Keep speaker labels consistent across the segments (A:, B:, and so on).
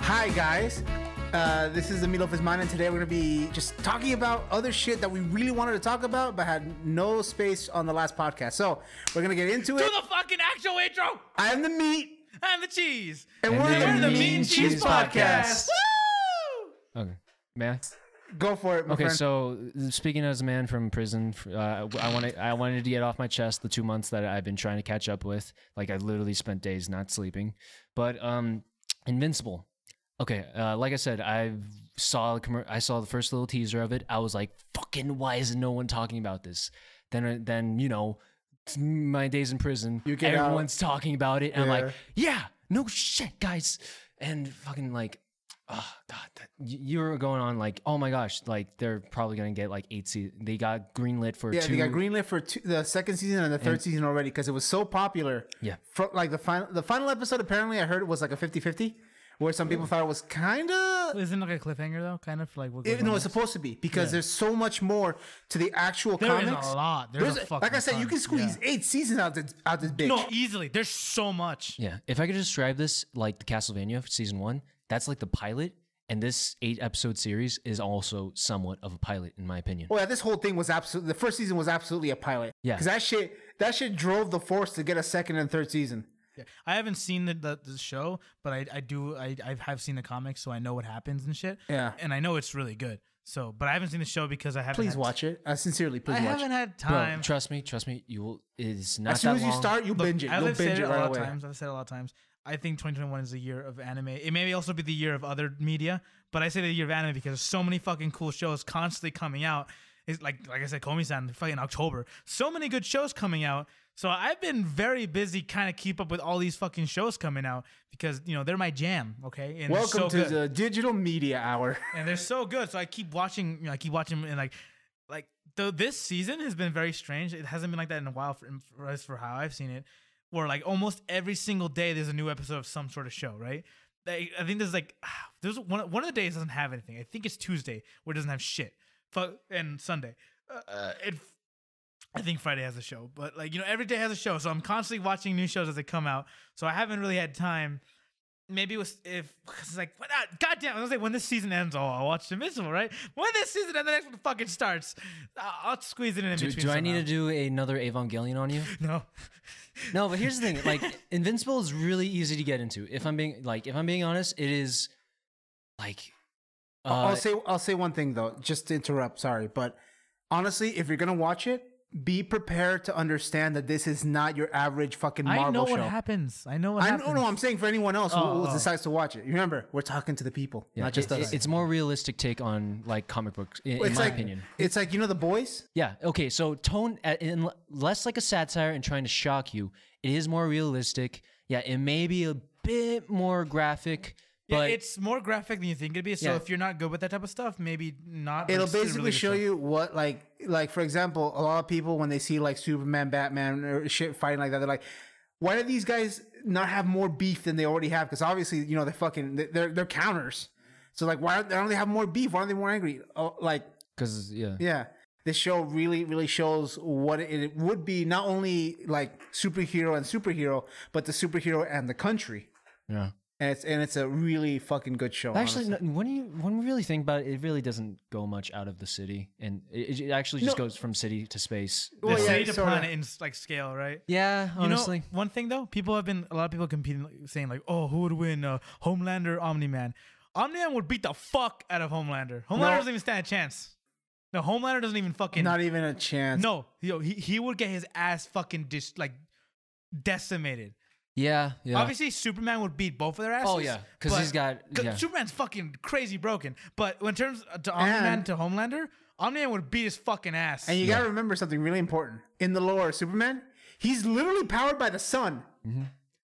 A: Hey guys, uh, this is the middle of his mind, and today we're gonna be just talking about other shit that we really wanted to talk about but had no space on the last podcast. So we're gonna get into
B: Do
A: it.
B: the fucking actual intro.
A: I am the meat,
B: I'm the cheese.
A: and,
C: And
A: we're
C: they're
A: the,
C: the
A: meat
C: Mean
A: and
C: Cheese
A: Cheese podcast.
C: Podcast. Okay. May I?
A: Go for it, my
C: Okay,
A: friend.
C: so uh, speaking as a man from prison, f- uh, I wanted I wanted to get off my chest the two months that I've been trying to catch up with. Like I literally spent days not sleeping. But um, Invincible. Okay, uh, like I said, I saw the commer- I saw the first little teaser of it. I was like, "Fucking, why is no one talking about this?" Then, I- then you know, it's my days in prison,
A: You get out.
C: everyone's talking about it, and I'm
A: Yeah.
C: like, "Yeah, no shit, guys," and fucking like oh god that, y- you were going on like oh my gosh like they're probably gonna get like eight se- they got greenlit for
A: yeah,
C: two
A: they got greenlit for two, the second season and the third season already because it was so popular.
C: Yeah.
A: Fro- like the final, the final episode apparently I heard it was like a 50-50, where some people thought it was kind of
B: Isn't like a cliffhanger though, kind of like what?
A: It, no, it's supposed to be because there's so much more to the actual
B: There is
A: comics.
B: a lot. There's, a
A: There's-
B: fucking
A: like I said, you
B: ton.
A: can squeeze eight seasons out this out this bitch.
B: No, easily. There's so much.
C: yeah if i could describe this like the castlevania season one that's like the pilot and this eight episode series is also somewhat of a pilot in my opinion
A: Well, Oh, yeah, this whole thing was absolutely the first season was absolutely a pilot.
C: Yeah.
A: because that shit that shit drove the force to get a second and third season.
B: I haven't seen the, the, the show, but I, I do I, I have seen the comics, so I know what happens and shit.
A: Yeah.
B: and I know it's really good. So, but I haven't seen the show because I haven't.
A: Please
B: had-
A: watch it. Uh, sincerely, please
B: I
A: watch.
B: haven't
A: it.
B: had
C: Bro,
B: time.
C: trust me trust me you will it is not
A: As soon
C: that
A: as you
C: long.
A: start, you
B: Look,
A: binge it.
B: I've
A: You'll
B: said
A: binge
B: it
A: it
B: a
A: right
B: lot
A: away.
B: of times. I've said it a lot of times. I think 2021 is the year of anime. It may also be the year of other media, but I say the year of anime because there's so many fucking cool shows constantly coming out. It's like like I said, Komi-san, fucking October. So many good shows coming out. So I've been very busy, kind of keep up with all these fucking shows coming out because you know they're my jam. Okay, and they're
A: Welcome
B: so
A: to
B: good.
A: the digital media hour.
B: and they're so good. So I keep watching. You know, I keep watching and like like though this season has been very strange. It hasn't been like that in a while for, for us for how I've seen it, where like almost every single day there's a new episode of some sort of show, right? I, I think there's like there's one one of the days doesn't have anything. I think it's Tuesday where it doesn't have shit. Fuck and Sunday. Uh, Uh, it. I think Friday has a show, but like you know, every day has a show, so I'm constantly watching new shows as they come out. So I haven't really had time maybe it was if because it's like what ah, goddamn I was like when this season ends oh I'll watch Invincible right when this season and the next one fucking starts I'll, I'll squeeze it in, in
C: do,
B: between
C: do i need to
B: somehow.
C: do another evangelion on you
B: no
C: No, but here's the thing: like, Invincible is really easy to get into. If I'm being like, if I'm being honest, it is like, uh,
A: I'll say I'll say one thing though, just to interrupt, sorry, but honestly, if you're gonna watch it, be prepared to understand that this is not your average fucking Marvel
B: I know
A: show.
B: what happens I know what
A: I
B: happens
A: know, no, I'm saying for anyone else who- who
B: Oh, oh.
A: decides to watch it. Remember, we're talking to the people,
C: yeah,
A: not just
C: it-
A: us.
C: it- it's more realistic take on like comic books, in, in
A: It's
C: my
A: like
C: opinion.
A: it's like you know the boys.
C: Yeah. Okay. So tone uh, in less like a satire and trying to shock you. It is more realistic. Yeah. It may be a bit more graphic,
B: yeah,
C: but
B: it's more graphic than you think it'd be so
C: Yeah.
B: if you're not good with that type of stuff maybe not but
A: It'll
B: it's still a really
A: basically
B: good
A: show
B: show.
A: you what like like for example, a lot of people when they see like Superman, Batman, or shit fighting like that, they're like. Why do these guys not have more beef than they already have? Because obviously, you know, they're fucking, they're, they're counters. So, like, why don't, why don't they have more beef? Why aren't they more angry? Oh, like,
C: because yeah.
A: Yeah. This show really, really shows what it would be not only like superhero and superhero, but the superhero and the country.
C: Yeah.
A: And it's and it's a really fucking good show.
C: Actually,
A: honestly.
C: no, when you when we really think about it, it really doesn't go much out of the city, and it, it actually just
A: No.
C: goes from city to space.
A: Well,
B: the
A: yeah,
B: city to
A: sorta.
B: planet in like scale right
C: Yeah, honestly.
B: You know, one thing though, people have been a lot of people competing, like, saying like, "Oh, who would win, uh, Homelander, or Omni Man?" Omni Man would beat the fuck out of Homelander. Homelander
A: No.
B: doesn't even stand a chance. No, Homelander doesn't even fucking.
A: not e even a chance.
B: no, yo, he he would get his ass fucking dis- like decimated.
C: yeah, yeah.
B: Obviously, Superman would beat both of their asses.
C: oh yeah, because
B: but-
C: he's got
B: 'cause
C: yeah.
B: Superman's fucking crazy broken. But when it terms to Omni Man
A: And-
B: to Homelander, Omni Man would beat his fucking ass.
A: And you gotta remember something really important in the lore. of Superman, he's literally powered by the sun.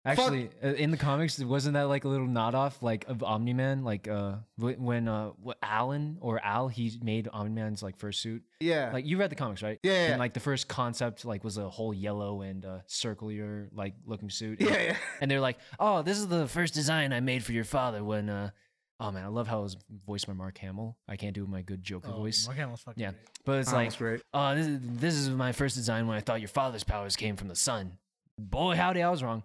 C: Actually, uh, in the comics, wasn't that like a little nod off like of Omni Man, like uh wh- when uh wh- Alan or Al he made Omni Man's like fursuit.
A: Yeah,
C: Like you read the comics, right?
A: Yeah, yeah, yeah.
C: And like the first concept like was a whole yellow and uh, circular like looking suit.
A: yeah, yeah.
C: And they're like, "Oh, this is the first design I made for your father." When, uh, oh man, I love how it was voiced by Mark Hamill. I can't do my good Joker
B: Oh,
C: voice.
B: Mark Hamill's fucking
C: yeah,
B: great.
C: but it's
A: Oh,
C: like,
A: that's great.
C: "Oh, this is, this is my first design when I thought your father's powers came from the sun." Boy, howdy, I was wrong.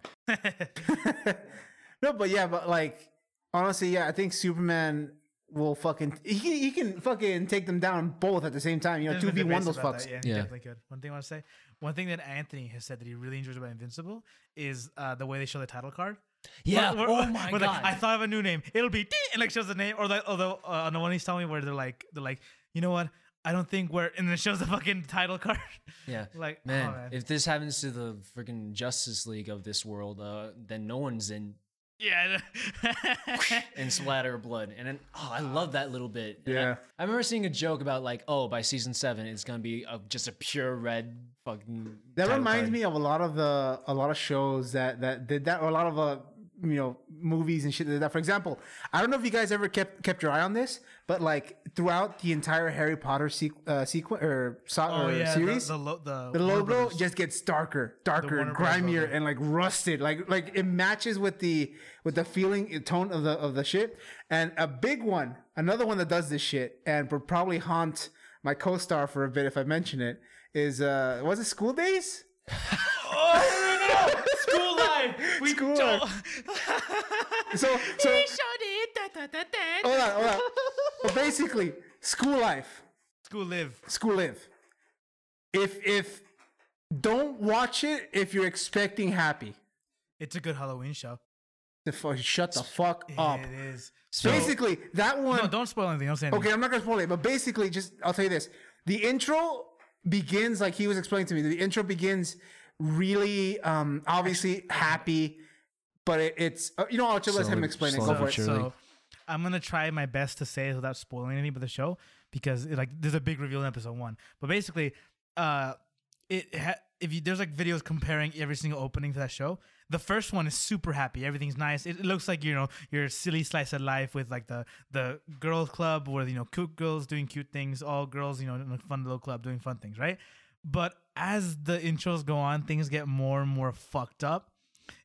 A: no, but yeah, but like honestly, yeah, I think Superman will fucking he, can- he can fucking take them down both at the same time. You know,
B: There's
A: two
B: been
A: v one
B: debates
A: those
B: about
A: fucks.
B: that, Yeah,
C: Yeah.
B: definitely good. One thing I want to say, one thing that Anthony has said that he really enjoys about Invincible is uh, the way they show the title card.
C: Yeah.
B: Where- where-
C: oh my
B: where, Like,
C: god.
B: I thought of a new name. It'll be ding, and like shows the name, or like, or the uh, on the one he's telling me where they're like, they're like, you know what? I don't think we're, and it shows the fucking title card.
C: yeah.
B: like, oh,
C: Man,
B: man.
C: if this happens to the freaking Justice League of this world, uh, then no one's in
B: yeah.
C: and splatter blood. And then, oh, I love that little bit. And I-
A: Yeah.
C: I, remember seeing a joke about like, oh, by season seven, it's gonna be a, just a pure red fucking.
A: That
C: title
A: reminds
C: card.
A: me of a lot of the a lot of shows that that did that, or a lot of uh you know movies and shit that did that. For example, I don't know if you guys ever kept kept your eye on this, but like throughout the entire Harry Potter sequ- uh, sequence or, so-
B: oh
A: or
B: yeah,
A: series,
B: the the, lo- the,
A: the
B: Warner
A: logo
B: Brothers.
A: just gets darker, darker,
B: Warner
A: and
B: Bros.
A: grimier,
B: logo.
A: and like rusted. Like like it matches with the with the feeling and tone of the of the shit. And a big one, another one that does this shit, and would probably haunt my co-star for a bit if I mention it. Is uh was it School Days?
B: Oh, no, no, no, school life. We
A: School
B: don't.
A: So so hold
B: Hold
A: on, hold on. But basically, school life,
B: School live.
A: school live. If if don't watch it if you're expecting happy.
B: It's a good Halloween show.
A: The fuck, shut the fuck up.
B: It is.
C: So-
A: Basically, that one.
B: No, don't spoil anything. Don't say anything.
A: Okay, I'm not gonna spoil it, but basically, just I'll tell you this: the intro begins like he was explaining to me. The intro begins really, um, obviously happy, but it, it's uh, you know I'll just let him
C: Slowly-
A: explain it. Go
C: slowly
A: for
C: but
A: it.
C: surely.
B: So I'm gonna try my best to say it without spoiling anything but the show because it, like there's a big reveal in episode one. But basically, uh, it ha- if you there's like videos comparing every single opening to that show. The first one is super happy. Everything's nice. It, it looks like you know your silly slice of life with like the the girls club where you know cute girls doing cute things, all girls you know in a fun little club doing fun things, right? But as the intros go on, things get more and more fucked up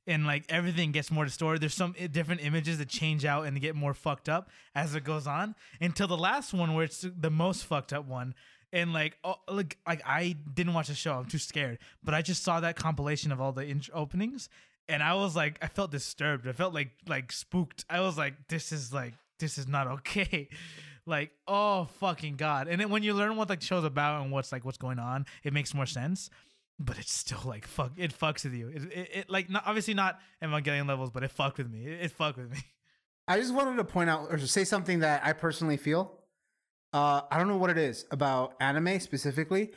B: and like everything gets more distorted. There's some i- different images that change out and get more fucked up as it goes on until the last one where it's the most fucked up one. And like, oh, look, like I didn't watch the show. I'm too scared. But I just saw that compilation of all the int- openings, and I was like, I felt disturbed. I felt like like spooked. I was like, this is like this is not okay. Like, oh fucking god. And then when you learn what the show's about and what's like what's going on, it makes more sense but it's still like fuck it fucks with you it, it, it like not, obviously not evangelion levels but it fucked with me it, it fucked with me
A: I just wanted to point out or to say something that I personally feel. Uh, I don't know what it is about anime specifically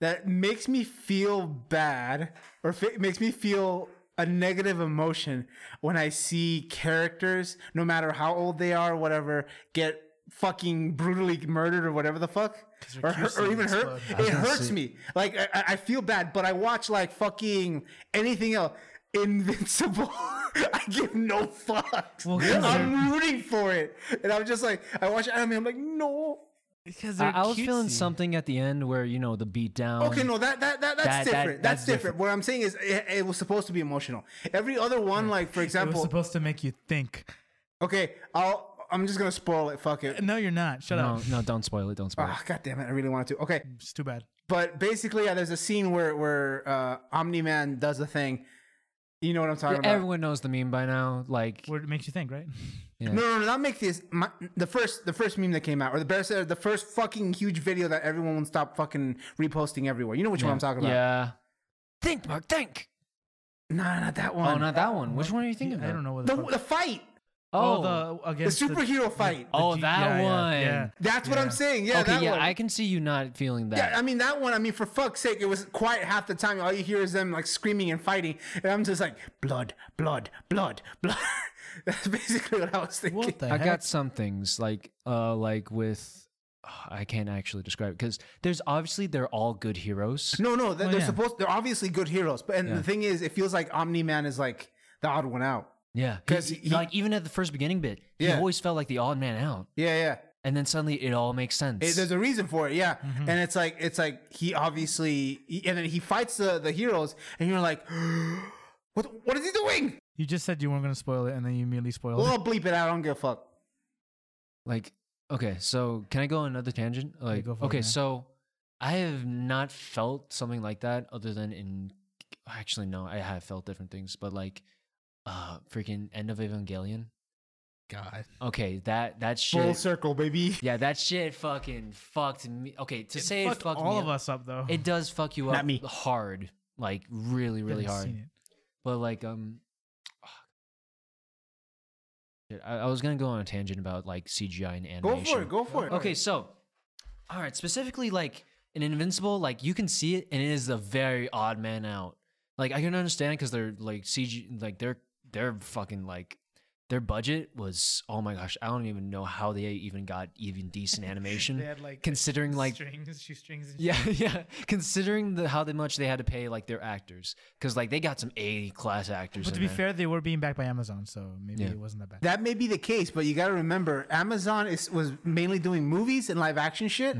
A: that makes me feel bad or fa- makes me feel a negative emotion when I see characters, no matter how old they are, whatever, get fucking brutally murdered or whatever the fuck,
B: they're
A: or, hurt,
B: cutesy
A: or
B: and
A: even hurt.
B: explode.
A: It hurts me. Like I- I, I feel bad, but I watch like fucking anything else. Invincible. I give no fucks.
B: Well, 'cause
A: I'm rooting for it, and I'm just like, I watch anime. I'm like, no.
B: because
C: I, I was feeling something at the end where you know the beat down.
A: Okay, no, that that, that that's
C: Um, That- that-
A: different.
C: that's
A: that's, different. What I'm saying is, it, it was supposed to be emotional. Every other one, like for
B: it was
A: example,
B: supposed to make you think
A: okay, I'll. I'm just gonna spoil it. Fuck it.
B: no you're not shut
C: no,
B: up
C: no, don't spoil it. Don't spoil
A: Ah, God damn it! I really wanted to. Okay,
B: it's too bad
A: but basically, yeah, there's a scene where where uh, Omni Man does a thing. You know what I'm talking
C: it.
A: about?
C: Everyone knows the meme by now. Like,
B: Word- it makes you think right
C: yeah.
A: No, no, no, not make this. My, the first, the first meme that came out, or the best, uh, the first fucking huge video that everyone would stop fucking reposting everywhere. You know which
C: yeah.
A: one I'm talking about?
C: Yeah. Think, Mark. Think.
A: No, not that
C: Oh,
A: one.
C: not that one. Which
B: What?
C: one are you thinking
B: i
C: of?
B: don't know what the,
A: the,
B: fuck-
A: the fight,
C: Oh,
B: oh the
A: the
B: against
A: superhero fight.
C: Oh,
B: G-
C: that
B: yeah, yeah,
C: one.
B: yeah.
A: That's what
B: yeah.
A: I'm saying. Yeah,
C: okay,
A: that
C: yeah.
A: one.
C: I can see you not feeling that.
A: yeah, I mean that one. I mean, for fuck's sake, it was quiet half the time. All you hear is them like screaming and fighting, and I'm just like blood, blood, blood, blood. That's basically what I was thinking.
B: what the
C: I
B: heck?
C: got some things like uh like with I can't actually describe it because there's obviously they're all good heroes.
A: No, no, they're,
B: Well,
A: they're
B: yeah.
A: supposed. They're obviously good heroes, but and
C: Oh, Yeah.
A: the thing is, it feels like Omni Man is like the odd one out.
C: Yeah,
A: 'Cause
C: he-
A: he-
C: like even at the first beginning bit, he
A: Yeah.
C: always felt like the odd man out,
A: Yeah, yeah.
C: and then suddenly it all makes sense.
A: It- there's a reason for it, yeah. And it's like it's like he obviously, he- and then he fights the the heroes, and you're like, what what is he doing?
B: you just said you weren't going to spoil it and then you immediately spoiled
A: Well,
B: it
A: I'll bleep it out. I don't give a fuck.
C: like okay, so can I go on another tangent? Like
B: go for it,
C: okay,
B: man.
C: so I have not felt something like that other than in actually no, I have felt different things, but like uh freaking end of Evangelion.
B: God.
C: Okay, that that shit.
A: Full circle, baby.
C: Yeah, that shit fucking fucked me. Okay, to say
B: fucked
C: it fucked
B: all
C: me
B: of
C: up,
B: us up though.
C: it does fuck you
A: Not
C: up
A: me.
C: hard, like really, really
B: Haven't
C: hard.
B: seen it.
C: But like, um, shit, I, I was gonna go on a tangent about like CGI and
A: Go
C: animation.
A: for it. Go for it.
C: Okay, so, all right, specifically like in Invincible, like you can see it, and it is a very odd man out. Like I can understand because they're like CG, like their their fucking like their budget was oh my gosh, I don't even know how they even got even decent animation,
B: They had like
C: considering like
B: strings, shoestrings, and
C: yeah, yeah. Considering the, how the much they had to pay like their actors, because like they got some A class actors.
B: But to
C: in
B: be
C: there.
B: fair, they were being backed by Amazon, so maybe
C: Yeah.
B: it wasn't that bad.
A: That may be the case, but you got to remember, Amazon is was mainly doing movies and live action shit,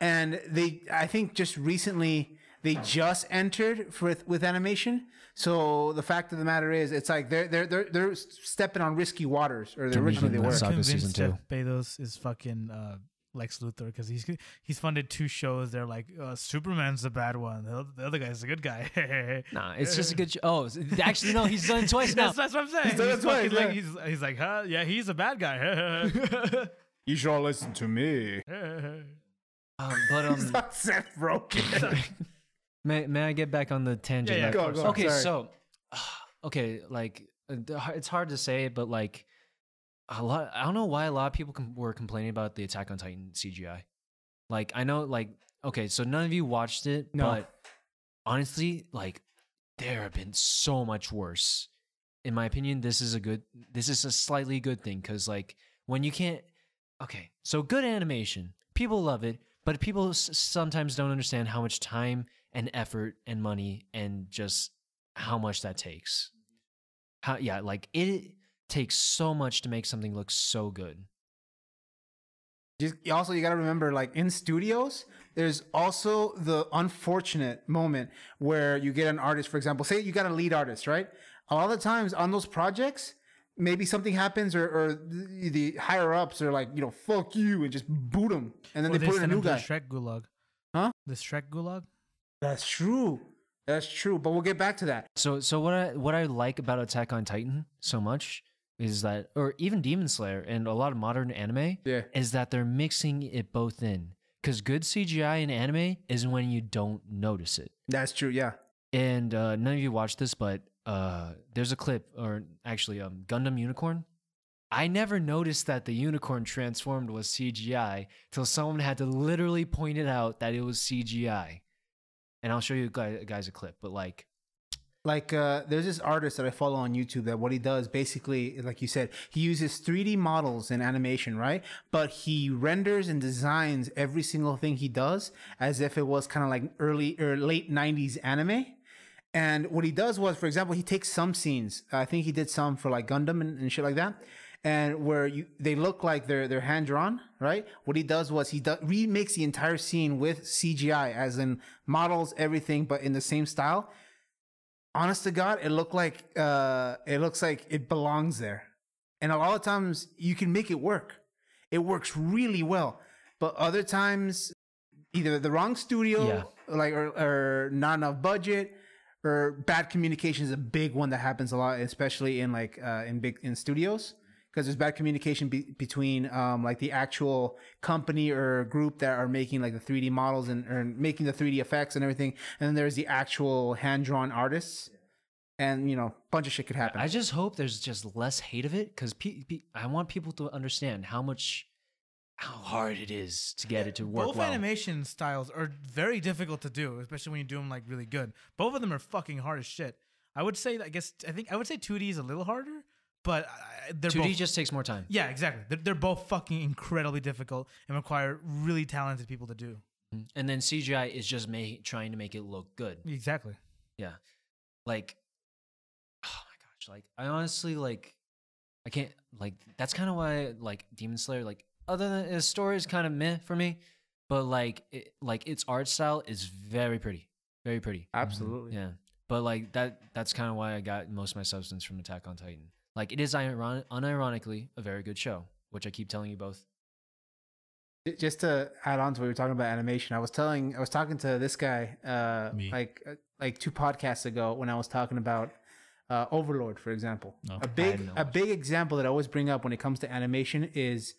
A: and they, I think, just recently they just entered for with animation. So the fact of the matter is, it's like they're they're they're, they're stepping on risky waters, or they
C: They're
A: originally they
C: making
A: were.
C: less Saga
B: convinced
C: season two.
B: Jeff Bezos is fucking uh, Lex Luthor because he's he's funded two shows. They're like uh, Superman's the bad one, the, the other guy's the good guy.
C: nah, it's just a good. Sh- oh, actually, no, he's done it twice now.
B: That's, that's what I'm saying. He's,
A: done it
B: fucking
A: twice,
B: like, he's, he's like, huh? Yeah, he's a bad guy.
A: You should all listen to me.
C: Um, but um,
A: Seth Rogen.
C: May, may I get back on the tangent?
B: yeah,
C: like-
B: go,
A: go.
B: Sorry.
C: okay,
A: Sorry.
C: so okay, like uh, the- it's hard to say, but like a lot. I don't know why a lot of people com- were complaining about the Attack on Titan CGI. Like I know, like okay, so none of you watched it,
A: No.
C: but honestly, like there have been so much worse. In my opinion, this is a good. This is a slightly good thing because like when you can't okay so good animation people love it but people s- sometimes don't understand how much time and effort and money and just how much that takes how yeah like it takes so much to make something look so good
A: Just, also, you got to remember, like in studios, there's also the unfortunate moment where you get an artist, for example, say you got a lead artist, right? A lot of times on those projects, maybe something happens or, or the, the higher ups are like, you know, fuck you and just boot them. And then they, put in a new guy.
B: Shrek Gulag.
A: Huh?
B: The Shrek Gulag.
A: That's true. That's true. But we'll get back to that.
C: so so what i what i like about attack on titan so much is that or even demon slayer and a lot of modern anime
A: Yeah.
C: is that they're mixing it both in because good cgi in anime is when you don't notice it
A: That's true. Yeah.
C: and uh, none of you watched this, but uh, there's a clip, or actually, um, Gundam Unicorn. I never noticed that the unicorn transformed was CGI till someone had to literally point it out that it was CGI. And I'll show you guy- guys a clip, but like,
A: like uh, there's this artist that I follow on YouTube that what he does basically, like you said, he uses 3D models in animation, right? But he renders and designs every single thing he does as if it was kind of like early or late 90s anime. And what he does was, for example, he takes some scenes. I think he did some for like Gundam and, and shit like that. And where you, they look like they're they're hand drawn, right? What he does was he do, remakes the entire scene with CGI, as in models everything, but in the same style honest to god it looked like uh it looks like it belongs there and a lot of times you can make it work it works really well but other times either the wrong studio
C: Yeah.
A: like or, or not enough budget or bad communication is a big one that happens a lot especially in like uh in big in studios because there's bad communication be- between um, like the actual company or group that are making like the 3D models and or making the 3D effects and everything, and then there's the actual hand drawn artists, and you know, bunch of shit could happen.
C: I just hope there's just less hate of it because pe- pe- I want people to understand how much, how hard it is to get it to work
B: Both
C: well.
B: animation styles are very difficult to do, especially when you do them like really good. Both of them are fucking hard as shit. I would say, I guess, I think I would say 2D is a little harder, but I, they're
C: 2D
B: both,
C: just takes more time.
B: yeah, exactly. They're, they're both fucking incredibly difficult and require really talented people to do.
C: And then CGI is just ma- trying to make it look good.
B: Exactly.
C: like oh my gosh like i honestly like i can't like that's kind of why like demon slayer like other than his story is kind of meh for me but like it, like its art style is very pretty very pretty
A: Absolutely.
C: yeah but like that that's kind of why i got most of my substance from attack on titan like it is iron- unironically a very good show which i keep telling you both
A: J- Just to add on to what we were talking about animation, I was telling, I was talking to this guy, uh,
B: Me.
A: like like two podcasts ago when I was talking about uh, Overlord, for example.
C: No,
A: a
D: I
A: big
D: have no
A: a big example that I always bring up when it comes to animation is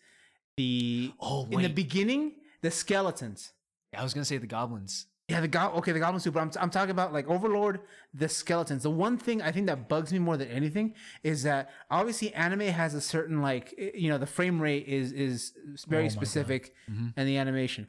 A: the
C: Oh,
A: in the
C: wait.
A: beginning the skeletons.
C: I was gonna say the goblins.
A: Yeah, the go- okay, the goblin soup. But I'm, I'm talking about like Overlord, the skeletons. The one thing I think that bugs me more than anything is that obviously anime has a certain like i- you know the frame rate is is very specific and the animation.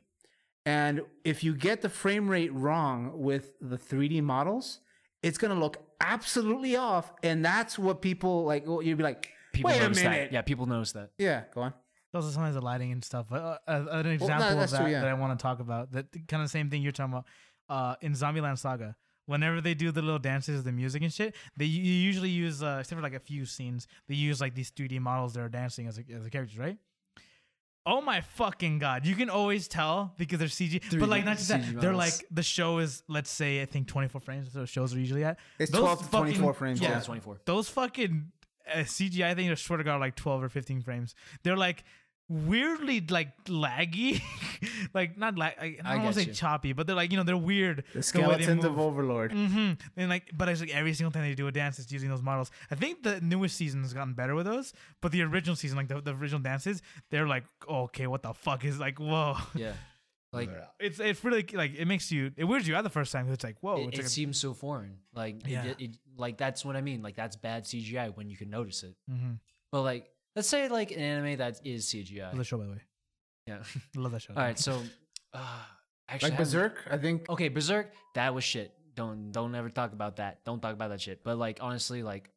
A: And if you get the frame rate wrong with the 3D models, it's gonna look absolutely off, and that's what people like. well, You'd be like,
C: People
A: wait a
C: notice
A: minute,
C: that. Yeah, people notice that.
A: yeah, go on.
B: Those are sometimes the lighting and stuff. But uh, uh, an example of
A: that's
B: that
A: true, yeah.
B: that I want to talk about, that kind of same thing you're talking about, uh, in Zombieland Saga. Whenever they do the little dances, the music and shit, they u- you usually use, uh, except for like a few scenes, they use like these 3D models that are dancing as, as the characters, right? Oh my fucking god! You can always tell because they're CG, but like not just that,
C: CG
B: they're
C: models.
B: like the show is let's say I think 24 frames. So shows are usually at
A: It's
B: Those
A: 12 to 24
B: fucking-
A: frames.
B: yeah.
C: Yeah,
A: Yeah.
C: it's 24.
B: those fucking uh, CGI things are swear to God like 12 or 15 frames. They're like weirdly like laggy, like not lag. I, I
C: I
B: don't want to
C: get
B: say
C: you.
B: choppy, but they're like you know they're weird.
A: The skeletons of
B: of
A: Overlord.
B: hmm And like, but it's like every single time they do a dance, it's using those models. I think the newest season has gotten better with those, but the original season, like the, the original dances, they're like, oh, okay, what the fuck is like, whoa.
C: Yeah, like
B: It's it's really like it makes you it weirds you out the first time. 'cause It's like whoa,
C: it,
B: Oh, it's
C: it
B: like a-
C: seems so foreign. Like it-
B: Yeah.
C: it, it, like that's what I mean. Like that's bad CGI when you can notice it.
B: Mhm.
C: But like, let's say like an anime that is CGI.
B: Love the show by the way.
C: Yeah.
B: I love that show.
C: All right, so uh,
A: Like
C: actually, I haven't-
A: Berserk, I think.
C: okay, Berserk, that was shit. Don't don't ever talk about that. Don't talk about that shit. But like honestly, like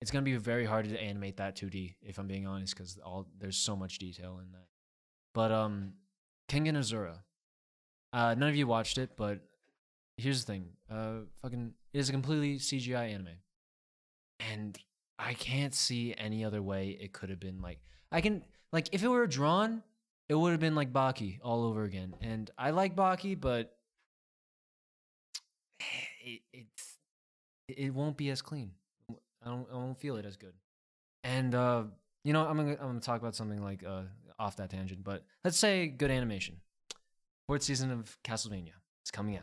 C: it's gonna be very hard to animate that 2D if I'm being honest, because all there's so much detail in that. But um, Kengan Azura, uh, none of you watched it, but here's the thing, uh, fucking, it is a completely CGI anime, and I can't see any other way it could have been like I can like if it were drawn. It would have been like Baki all over again. And I like Baki, but it, it's it won't be as clean. I don't I won't feel it as good. And uh, you know, I'm gonna I'm gonna talk about something like uh, off that tangent, but let's say good animation. Fourth season of Castlevania is coming out.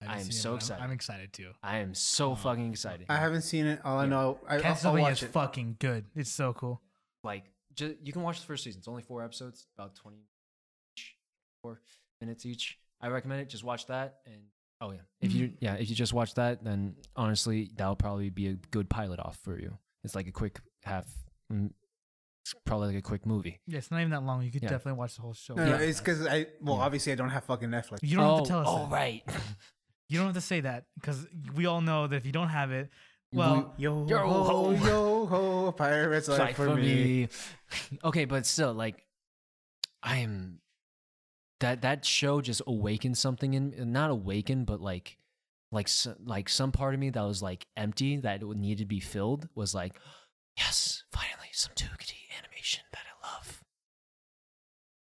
B: haven't
C: I am
B: seen it, but
C: so
B: I'm-
C: excited.
B: I'm excited too.
C: I am so fucking excited.
A: I haven't seen it. All I
C: Yeah.
A: know, I, I'll, I'll
B: Castlevania is
A: watch it.
B: fucking good. It's so cool.
C: like ju- you can watch the first season. It's only four episodes, about twenty each, four minutes each. I recommend it. Just watch that, and oh yeah, if
B: Mm-hmm.
C: you yeah if you just watch that, then honestly, that'll probably be a good pilot off for you. It's like a quick half. mm, It's probably like a quick movie.
B: Yeah, it's not even that long. You could
C: Yeah.
B: definitely watch the whole show.
A: No, no, it's because I well, obviously I don't have fucking Netflix.
B: You don't
C: oh,
B: have to tell us.
C: Oh
B: that.
C: right,
B: You don't have to say that because we all know that if you don't have it, well,
A: Yo,
C: Yo
A: ho,
C: ho.
A: yo ho, pirates life,
C: Sorry
A: for, me.
C: okay, but still, like, I am. That that show just awakened something in not awakened, but like, like s- like some part of me that was like empty that it would need to be filled was like, yes, finally some 2D animation that I love.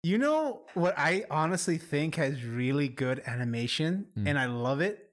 A: You know what I honestly think has really good animation,
C: Hmm.
A: and I love it.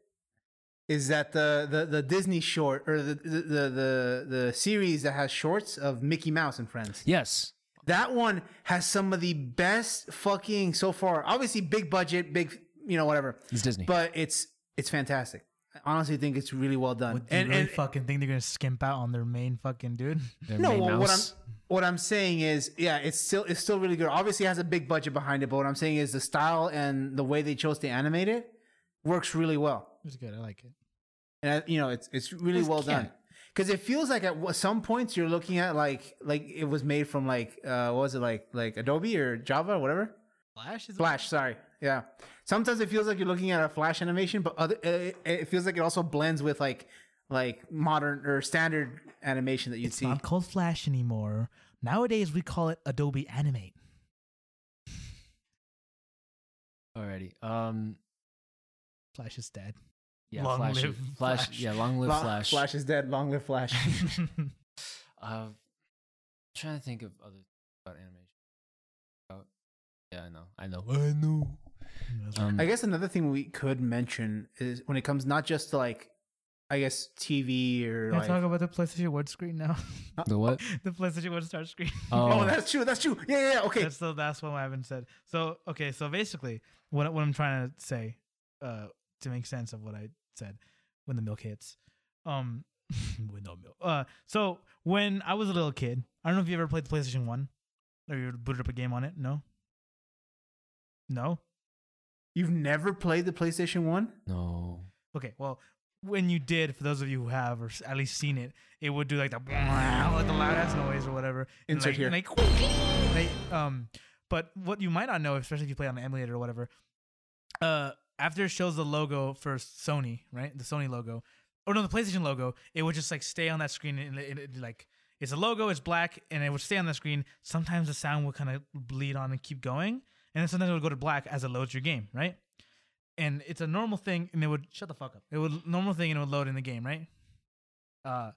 A: Is that the the, the Disney short or the, the the the the series that has shorts of Mickey Mouse and friends?
C: Yes,
A: That one has some of the best fucking so far. Obviously, big budget, big you know whatever,
C: it's Disney.
A: but it's it's fantastic. I honestly think it's really well done.
B: what, do you
A: And-
B: really
A: and-
B: fucking think they're gonna skimp out on their main fucking dude?
C: Their
A: No,
C: main
A: well, what I'm
C: mouse.
A: what I'm saying is, yeah, it's still it's still really good. Obviously, it has a big budget behind it, but what I'm saying is the style and the way they chose to animate it works really well.
B: It's good. I like it.
A: And I, you know, it's it's really
C: It's
A: well
C: cute.
A: done because it feels like at wa- some points you're looking at like like it was made from like uh, what was it like like Adobe or Java or whatever
B: Flash is
A: Flash. Sorry, yeah. Sometimes it feels like you're looking at a Flash animation, but other uh, it, it feels like it also blends with like like modern or standard animation that you'd
B: It's
A: see.
B: not called Flash anymore. Nowadays we call it Adobe Animate.
C: Alrighty. Um.
B: Flash is dead.
C: Yeah.
B: Long
C: Flash,
B: live
C: Flash.
B: Flash.
C: Yeah. Long live
A: Lo-
C: Flash.
A: Flash is dead. Long live Flash.
C: Uh, I'm trying to think of other things about animation. Oh, yeah, I know. I know. I know. Um,
A: I guess another thing we could mention is when it comes not just to like, I guess TV or
B: Can I
A: like.
B: talk about the PlayStation One screen now?
C: the what?
B: the PlayStation One start screen.
A: oh, that's true. That's true. Yeah, yeah. yeah, Okay.
B: That's the last one I haven't said. So okay, so basically, what what I'm trying to say, uh, to make sense of what I said, when the milk hits, um, with no milk. Uh, so when I was a little kid, I don't know if you ever played the PlayStation One, or you booted up a game on it. No. No.
A: You've never played the PlayStation One?
C: No.
B: Okay. Well, when you did, for those of you who have or s- at least seen it, it would do like the like the loud ass noise or whatever. and,
A: Insert
B: like,
A: here.
B: and, like, they- um, but what you might not know, especially if you play on an emulator or whatever, uh, after it shows the logo for Sony, right? The Sony logo, or no, the PlayStation logo, it would just like stay on that screen and it, it, like it's a logo, it's black, and it would stay on that screen. Sometimes the sound would kind of bleed on and keep going, and then sometimes it would go to black as it loads your game, right? And it's a normal thing, and it would shut the fuck up. It would normal thing, and it would load in the game, right? Uh,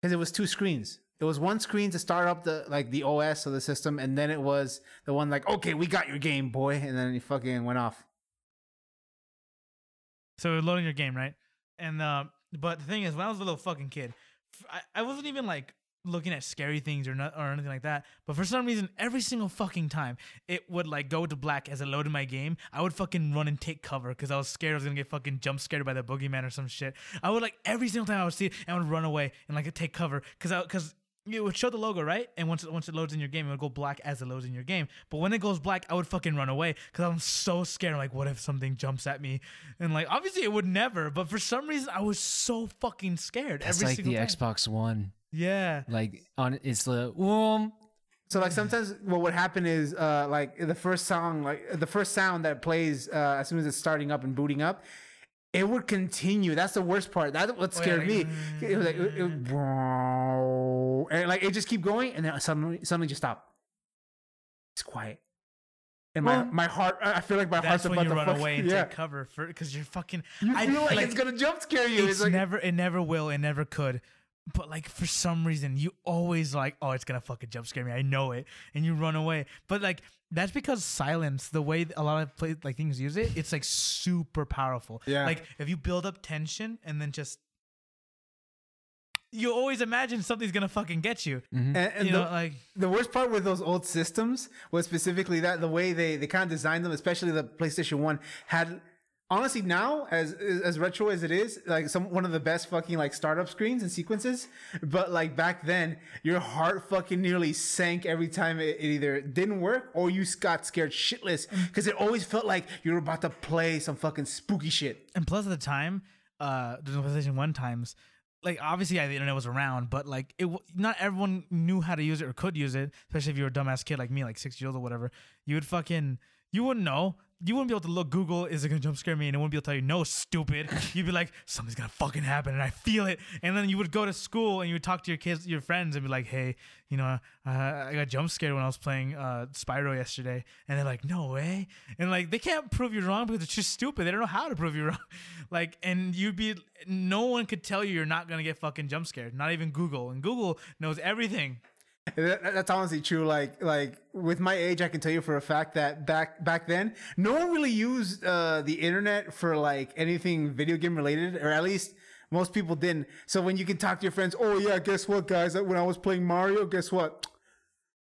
A: Because it was two screens. It was one screen to start up the like the OS of the system, and then it was the one like, okay, we got your game, boy, and then it fucking went off.
B: So we're loading your game, right? And uh, but the thing is, when I was a little fucking kid, f- I, I wasn't even like looking at scary things or not or anything like that. But for some reason, every single fucking time it would like go to black as I loaded my game, I would fucking run and take cover because I was scared I was gonna get fucking jump scared by the boogeyman or some shit. I would like every single time I would see it, I would run away and like take cover because I because. It would show the logo, right? And once once it loads in your game, it would go black as it loads in your game. But when it goes black, I would fucking run away because I'm so scared. I'm like, what if something jumps at me? And like, obviously, it would never. But for some reason, I was so fucking scared
C: That's
B: every
C: like
B: single
C: the
B: time.
C: Xbox One.
B: Yeah.
C: Like on it's the um,
A: So like sometimes what would happen is uh like the first song like the first sound that plays uh, as soon as it's starting up and booting up, it would continue. That's the worst part. That's what
B: Oh, yeah,
A: scared
B: like- mm-hmm.
A: me. It was like it, it, would- and like it just keep going and then suddenly suddenly just stop. It's quiet. And my,
B: Well,
A: my heart, I I feel like my heart's
B: That's
A: about
B: when you
A: to
B: run
A: fuck-
B: away and
A: yeah.
B: take cover for because you're fucking.
A: You
B: I
A: feel like, it's gonna jump scare you.
B: it's
A: It's, like
B: never. It never will. It never could. But like for some reason, you always like, oh, it's gonna fucking jump scare me. I know it, and you run away. But like that's because silence, the way a lot of play, like things use it, it's like super powerful.
A: Yeah.
B: Like if you build up tension and then just, you always imagine something's gonna fucking get you.
A: and, Mm. and
B: you
A: the,
B: know, like
A: the worst part with those old systems was specifically that the way they, they kind of designed them, especially the PlayStation One, had honestly now as as retro as it is, like some one of the best fucking like startup screens and sequences. But like back then, your heart fucking nearly sank every time it, it either didn't work or you got scared shitless because it always felt like you were about to play some fucking spooky shit.
B: and plus at the time, uh, the PlayStation One times, like obviously yeah, the internet was around, but like it, w- not everyone knew how to use it or could use it, especially if you were a dumbass kid like me, like six years old or whatever. You would fucking, you wouldn't know. You wouldn't be able to look Google, is it gonna jump scare me? And it wouldn't be able to tell you, no, stupid. You'd be like, something's gonna fucking happen, and I feel it. And then you would go to school and you would talk to your kids, your friends, and be like, hey, you know, uh, I got jump scared when I was playing uh, Spyro yesterday. And they're like, no way. And like, they can't prove you wrong because it's just stupid. They don't know how to prove you wrong. Like, and you'd be, no one could tell you you're not gonna get fucking jump scared, not even Google. And Google knows everything.
A: That- that's honestly true. Like, like with my age, I can tell you for a fact that back back then, no one really used uh, the internet for like anything video game related, or at least most people didn't. So when you can talk to your friends, oh yeah, guess what, guys? When I was playing Mario, guess what?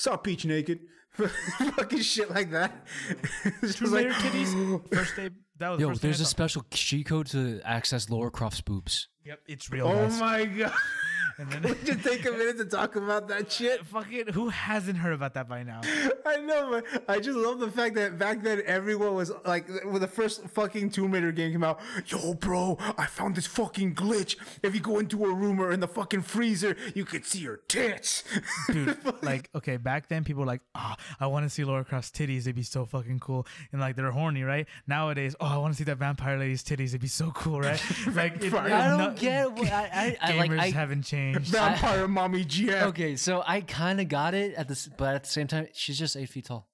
A: Saw Peach naked, fucking shit like that. It's
B: Two
A: just like,
B: layer kitties, first day, that was the
C: yo,
B: first thing I
C: there's a
B: saw.
C: special cheat code to access Laura Croft's boobs.
B: Yep, it's real.
A: oh
B: guys.
A: my god!
B: and then,
A: we should take a minute to talk about that shit.
B: fucking, who hasn't heard about that by now?
A: I know, but I just love the fact that back then everyone was like, when the first fucking Tomb Raider game came out, yo, bro, I found this fucking glitch. If you go into a room or in the fucking freezer, you could see your tits.
B: dude. like, okay, back then people were like, ah, I want to see Laura Croft's titties. It'd be so fucking cool. And like, they're horny, right? Nowadays, oh, I want to see that vampire lady's titties. It'd be so cool, right? like, it,
A: I
B: no-
E: what- I, I,
B: Gamers haven't changed.
A: Vampire mommy GF.
E: okay, so I kind of got it at this, but at the same time, she's just eight feet tall,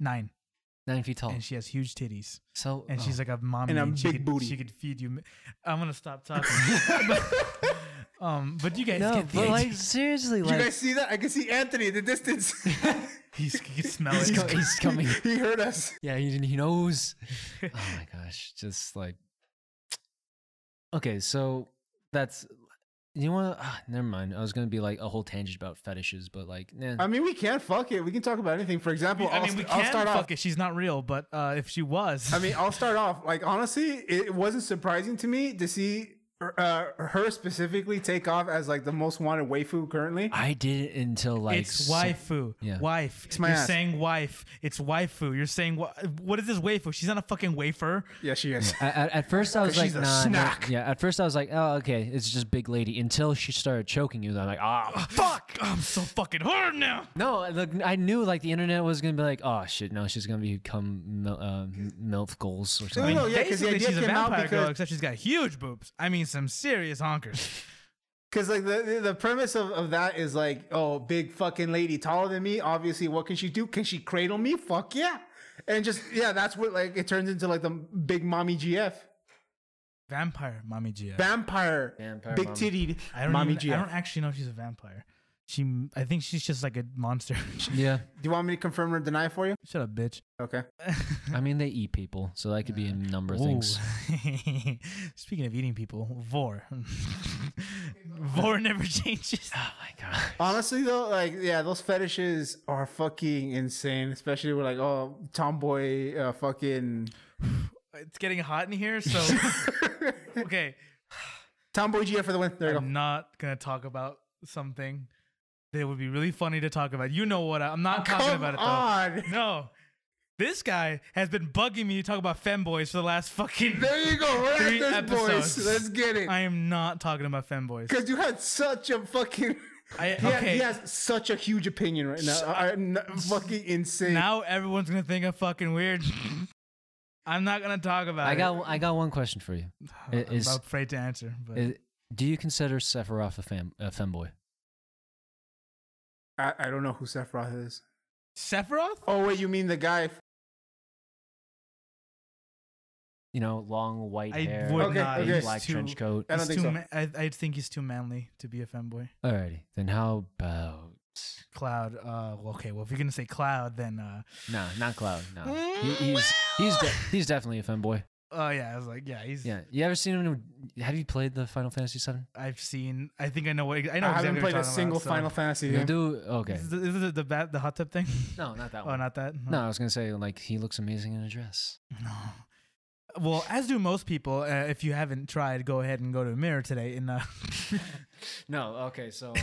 B: Nine,
E: nine feet tall.
B: and she has huge titties,
E: So
B: and
E: oh.
B: she's like a mommy,
A: And a
B: she
A: big
B: could,
A: booty.
B: She could feed you. mi- I'm gonna stop talking. but, um, but you guys
E: no,
B: get the
E: but
B: idea.
E: like seriously,
A: Did you
E: like
A: guys see that? I can see Anthony in the distance.
B: He's, he can smell
E: he's,
B: it.
E: co- he's coming.
A: he heard us.
E: yeah, he, he knows.
B: oh
E: Oh my gosh, just like okay, so that's you want to
C: ah,
E: never mind. I was gonna be like a whole tangent about fetishes, but like, nah.
A: I mean, we can fuck it. We can talk about anything. For example,
B: I
A: I'll,
B: mean, we
A: I'll
B: can
A: start off.
B: fuck it. She's not real, but uh, if she was,
A: I mean, I'll start off. Like honestly, it wasn't surprising to me to see uh, her specifically take off as like the most wanted waifu currently.
C: I did it until like
B: it's
C: so-
B: waifu.
C: yeah.
B: Wife.
A: my
B: You're
A: ass.
B: saying wife. It's waifu. You're saying wa- what is this waifu? She's not a fucking wafer.
A: Yeah, she is.
C: At, at, at first, I was like,
A: she's a
C: nah, no.
A: snack.
C: Yeah, at first I was like, oh, okay, it's just big lady. Until she started choking you, then I'm like, ah,
B: Fuck! I'm so fucking hard now.
C: no. Look, I knew like the internet was gonna be like, oh shit, no, she's gonna become mil- uh, milf goals or
A: No,
C: something.
A: no, yeah, because the
B: Basically,
A: idea
B: she's a
A: came out
B: vampire girl,
A: because
B: except she's got huge boobs. I mean, some serious honkers.
A: Because like the the- the premise of, of that is like, oh, big fucking lady, taller than me. Obviously, what can she do? Can she cradle me? Fuck yeah! And just yeah, that's what like it turns into like the big mommy GF
B: vampire, mommy Gia.
A: vampire,
C: Vampire
A: big
C: mommy.
A: titty
B: I don't.
A: mommy
B: even-
A: GF.
B: I don't actually know if she's a vampire. She. I think she's just like a monster.
C: Yeah,
A: do you want me to confirm or deny for you?
B: Shut up, bitch.
A: Okay.
C: I mean they eat people, so that could be a number of
B: Ooh.
C: things.
B: Speaking of eating people, Vor. Vor never changes.
C: Oh my god.
A: Honestly though, like yeah, those fetishes are fucking insane. Especially with like oh, tomboy, uh, fucking
B: It's getting hot in here, so okay.
A: tomboy GF for the win. There you go.
B: I'm not gonna talk about something that would be really funny to talk about. You know what? I- I'm not talking
A: Oh, Come
B: about it though.
A: on.
B: No. This guy has been bugging me to talk about femboys for the last fucking.
A: There you go. We're
B: Three
A: at this, boys.
B: episodes.
A: Let's get it.
B: I am not talking about femboys.
A: Because you had such a fucking.
B: I,
A: He, has,
B: okay.
A: he has such a huge opinion right now. I, I'm n- fucking insane.
B: Now everyone's gonna think I'm fucking weird. I'm not gonna talk about
C: I
B: it.
C: got I got one question for you.
B: I'm
C: is-
B: afraid to answer, but
C: Is- do you consider Sephiroth a, fam, a femboy?
A: I, I don't know who Sephiroth is.
B: Sephiroth?
A: Oh, wait, you mean the guy? f-
C: You know, long white
B: I
C: hair,
B: would
A: Okay, not.
C: big
A: okay.
C: black
B: It's too-
C: trench coat.
A: I don't
B: He's
A: think
B: too
A: so.
B: ma- I, I think he's too manly to be a femboy.
C: Alrighty, then how about?
B: Cloud. Uh, well, okay. Well, if you're gonna say Cloud, then uh,
C: No, not Cloud. No, he, he's he's de- he's definitely a femboy.
B: oh yeah, I was like, yeah, he's.
C: Yeah, you ever seen him? Have you played the Final Fantasy Seven?
B: I've seen. I think I know what. I
A: I,
B: know. exactly
A: haven't
B: what you're
A: played a
B: talking
A: single
B: about, so-
A: Final Fantasy game.
C: Do okay.
B: Is, this- is this the bat, the hot tub thing?
C: No, not that
B: oh,
C: one.
B: not that.
C: no, I was gonna say like he looks amazing in a dress.
B: No. Well, as do most people. Uh, if you haven't tried, go ahead and go to a mirror today. And uh,
C: No, okay, so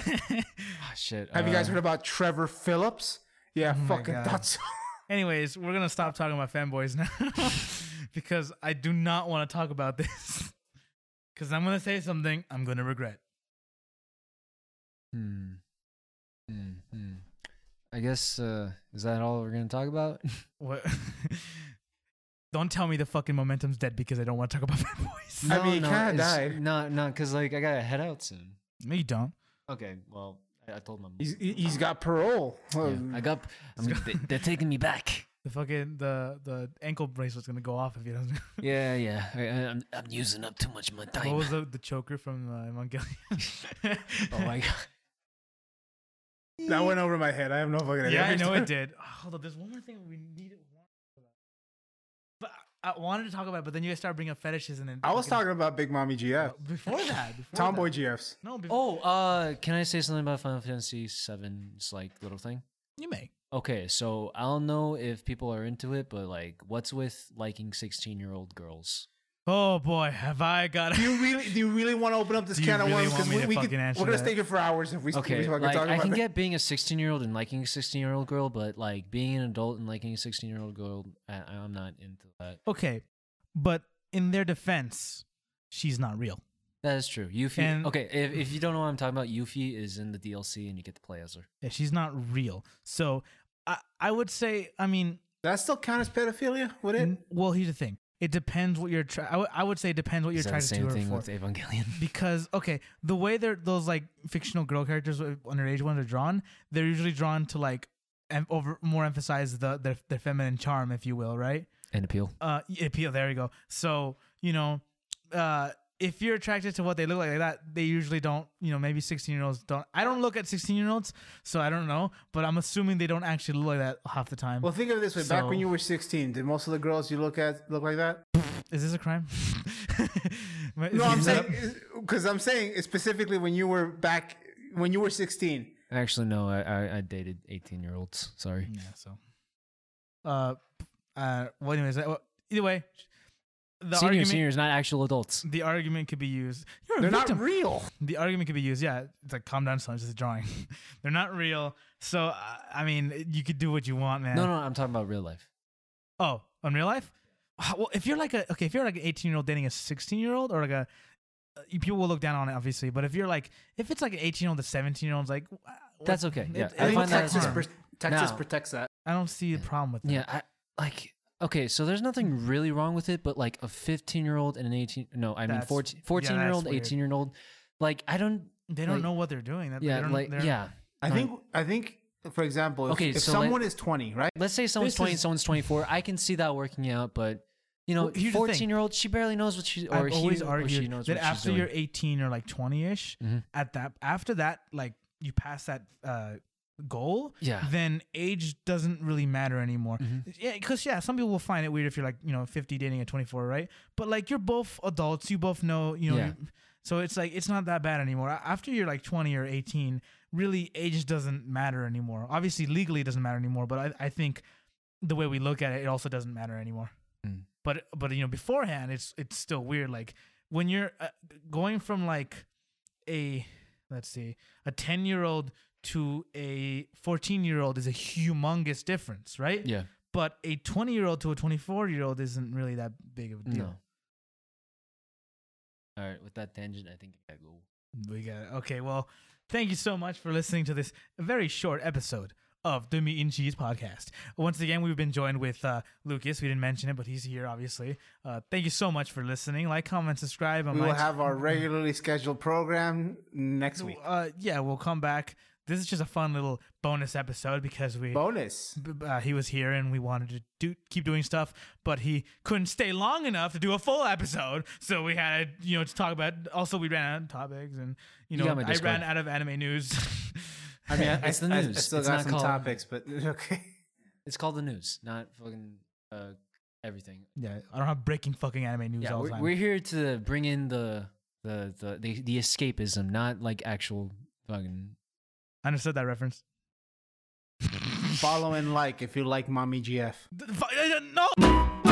C: Ah, shit.
A: Have you guys
C: uh,
A: heard about Trevor Phillips? Yeah,
B: oh my
A: fucking
B: God.
A: that's.
B: anyways, we're gonna stop talking about fanboys now because I do not want to talk about this. Because I'm gonna say something I'm gonna regret.
C: Hmm. Hmm. hmm. I guess uh, is that all we're gonna talk about?
B: What? don't tell me the fucking momentum's dead because I don't want to talk about fanboys.
A: I mean, he kinda
C: it's-
A: died.
C: No, no, because like I gotta head out soon.
B: No, you don't.
C: Okay, well, I, I told my mom.
A: He's, he- he's got parole.
C: Yeah,
A: Um,
C: I got. I mean, they, they're taking me back.
B: The fucking the the ankle bracelet's gonna go off if you don't.
C: Yeah, yeah. I, I, I'm, I'm using up too much of my
B: what
C: time.
B: was the, the choker from uh, Evangelion?
C: oh my god.
A: that went over my head. I have no fucking idea.
B: yeah, I know it did. Oh, hold on, there's one more thing we need. But I I wanted to talk about, it, but then you guys started bringing up fetishes and then
A: I was
B: fucking-
A: talking about Big Mommy GF.
B: uh, before that. Before
A: Tomboy
B: that.
A: GFs.
B: No, before,
C: Oh, uh, can I say something about Final Fantasy VII's like little thing?
B: you may.
C: Okay, so I don't know if people are into it, but like, what's with liking sixteen-year-old girls?
B: Oh boy, have I got
A: Do you really, do you really want to open up this
B: Do you
A: can of
B: really
A: worms?
B: want me
A: we,
B: to
A: we
B: fucking
A: could, we're
B: answer
A: gonna
B: that?
A: stay here for hours if we,
C: Okay,
A: we fucking
C: like
A: talk
C: I
A: about
C: can
A: that.
C: get being a 16 year old and liking a 16 year old girl, but like being an adult and liking a 16 year old girl, I, I'm not into that.
B: Okay, but in their defense, she's not real.
C: That is true. Yuffie.
B: And-
C: okay, if, if you don't know what I'm talking about, Yuffie is in the DLC and you get to play as her.
B: Yeah, she's not real. So I I would say, I mean,
A: That still count as pedophilia? Would it?
B: N- well, here's the thing. It depends what you're. Tra- I, w- I would say it depends what you're
C: Is that the
B: trying to do
C: same
B: her
C: thing
B: for.
C: with Evangelion?
B: Because okay, the way they're those like fictional girl characters, uh, underage ones are drawn, they're usually drawn to like em- over more emphasize the their, their feminine charm, if you will, right?
C: and appeal.
B: Uh, y- appeal. There you go. So you know, uh, if you're attracted to what they look like, like that, they usually don't. You know, maybe sixteen year olds don't. I don't look at sixteen year olds, so I don't know. But I'm assuming they don't actually look like that half the time.
A: Well, think of it this way: back when
B: So-
A: you were 16, did most of the girls you look at look like that?
B: Is this a crime?
A: No, I'm saying because I'm saying specifically when you were back when you were 16.
C: Actually, no, I, I, I dated 18 year olds. Sorry.
B: Yeah. So, uh, uh. Well, anyways, uh, well, either way, the
C: senior,
B: argument
C: seniors, not actual adults.
B: the argument could be used. You're a
A: They're not
B: victim.
A: real.
B: the argument could be used. Yeah, it's like calm down, son. It's just a drawing. They're not real. So I- I mean, you could do what you want, man.
C: No, no, I'm talking about real life.
B: Oh, in real life? Ah, Well, if you're like a okay, if you're like an 18 year old dating a 16 year old, or like a uh, people will look down on it, obviously. But if you're like, if it's like an 18 year old to 17 year old's like wha- what-
C: That's okay, yeah. I
A: I
B: it
A: think
C: find
B: looks
C: that
B: like
A: Texas,
B: harm.
A: pr- Texas
C: No.
A: protects that.
B: I don't see the problem with that.
C: Yeah, I, like okay, so there's nothing
B: Mm-hmm.
C: really wrong with it, but like a 15 year old and an 18 no, I mean
B: That's-
C: 14
B: yeah,
C: 14 year
B: that's
C: old,
B: weird.
C: 18 year old, like I don't.
B: They don't
C: Like-
B: know what they're doing. That, they
C: Yeah,
B: don't,
C: like
B: they're-
C: yeah.
A: I
C: Right.
A: think. I think. For example, if,
C: Okay,
A: if
C: so let-
A: someone is twenty, right?
C: Let's say someone's
B: This
C: 20
B: is-
C: and someone's 24. I can see that working out, but you know,
B: Well, here's the thing.
C: 14 year old, she barely knows what she or
B: I've
C: he
B: always
C: or she
B: argued
C: knows
B: that
C: what she's
B: after you're
C: doing.
B: 18 or like 20 ish,
C: Mhm.
B: at that after that, like you pass that uh, goal,
C: Yeah.
B: then age doesn't really matter anymore.
C: Mhm.
B: Yeah, because yeah, some people will find it weird if you're like you know 50 dating at 24, right? But like you're both adults, you both know, you know.
C: Yeah.
B: you- so it's like it's not that bad anymore. A- After you're like 20 or 18, really age doesn't matter anymore. Obviously, legally it doesn't matter anymore, but I, I think the way we look at it, it also doesn't matter anymore.
C: Mm.
B: But but you know, beforehand, it's it's still weird. Like when you're uh, going from like a let's see a 10 year old to a 14 year old is a humongous difference, right?
C: Yeah.
B: But a 20 year old to a 24 year old isn't really that big of a deal.
C: No. All right, with that tangent, I think I go.
B: We got it. Okay, well, thank you so much for listening to this very short episode of the Meat and Cheese podcast. Once again, we've been joined with uh, Lucas. We didn't mention it, but he's here, obviously. Uh, thank you so much for listening. Like, comment, subscribe. On
A: We will
B: my-
A: have our regularly scheduled program next week.
B: Uh, yeah, we'll come back. This is just a fun little bonus episode because we
A: Bonus.
B: b- b- uh, he was here and we wanted to do keep doing stuff, but he couldn't stay long enough to do a full episode. So we had you know to talk about. Also, we ran out of topics, and you
C: You
B: know
C: got my
B: I
C: Discord.
B: ran out of anime news.
A: I mean, I,
C: It's
A: I,
C: the
A: I- I
C: news.
A: still
C: It's
A: got
C: not
A: some
C: called-
A: topics, but okay.
C: It's called the news, not fucking uh, everything.
B: yeah, I don't have breaking fucking anime news
C: Yeah,
B: all the
C: we're,
B: time.
C: we're here to bring in the the the the, the escapism, not like actual fucking.
B: I understood that reference.
A: Follow and like if you like Mommy GF.
B: Th- fu- uh, No.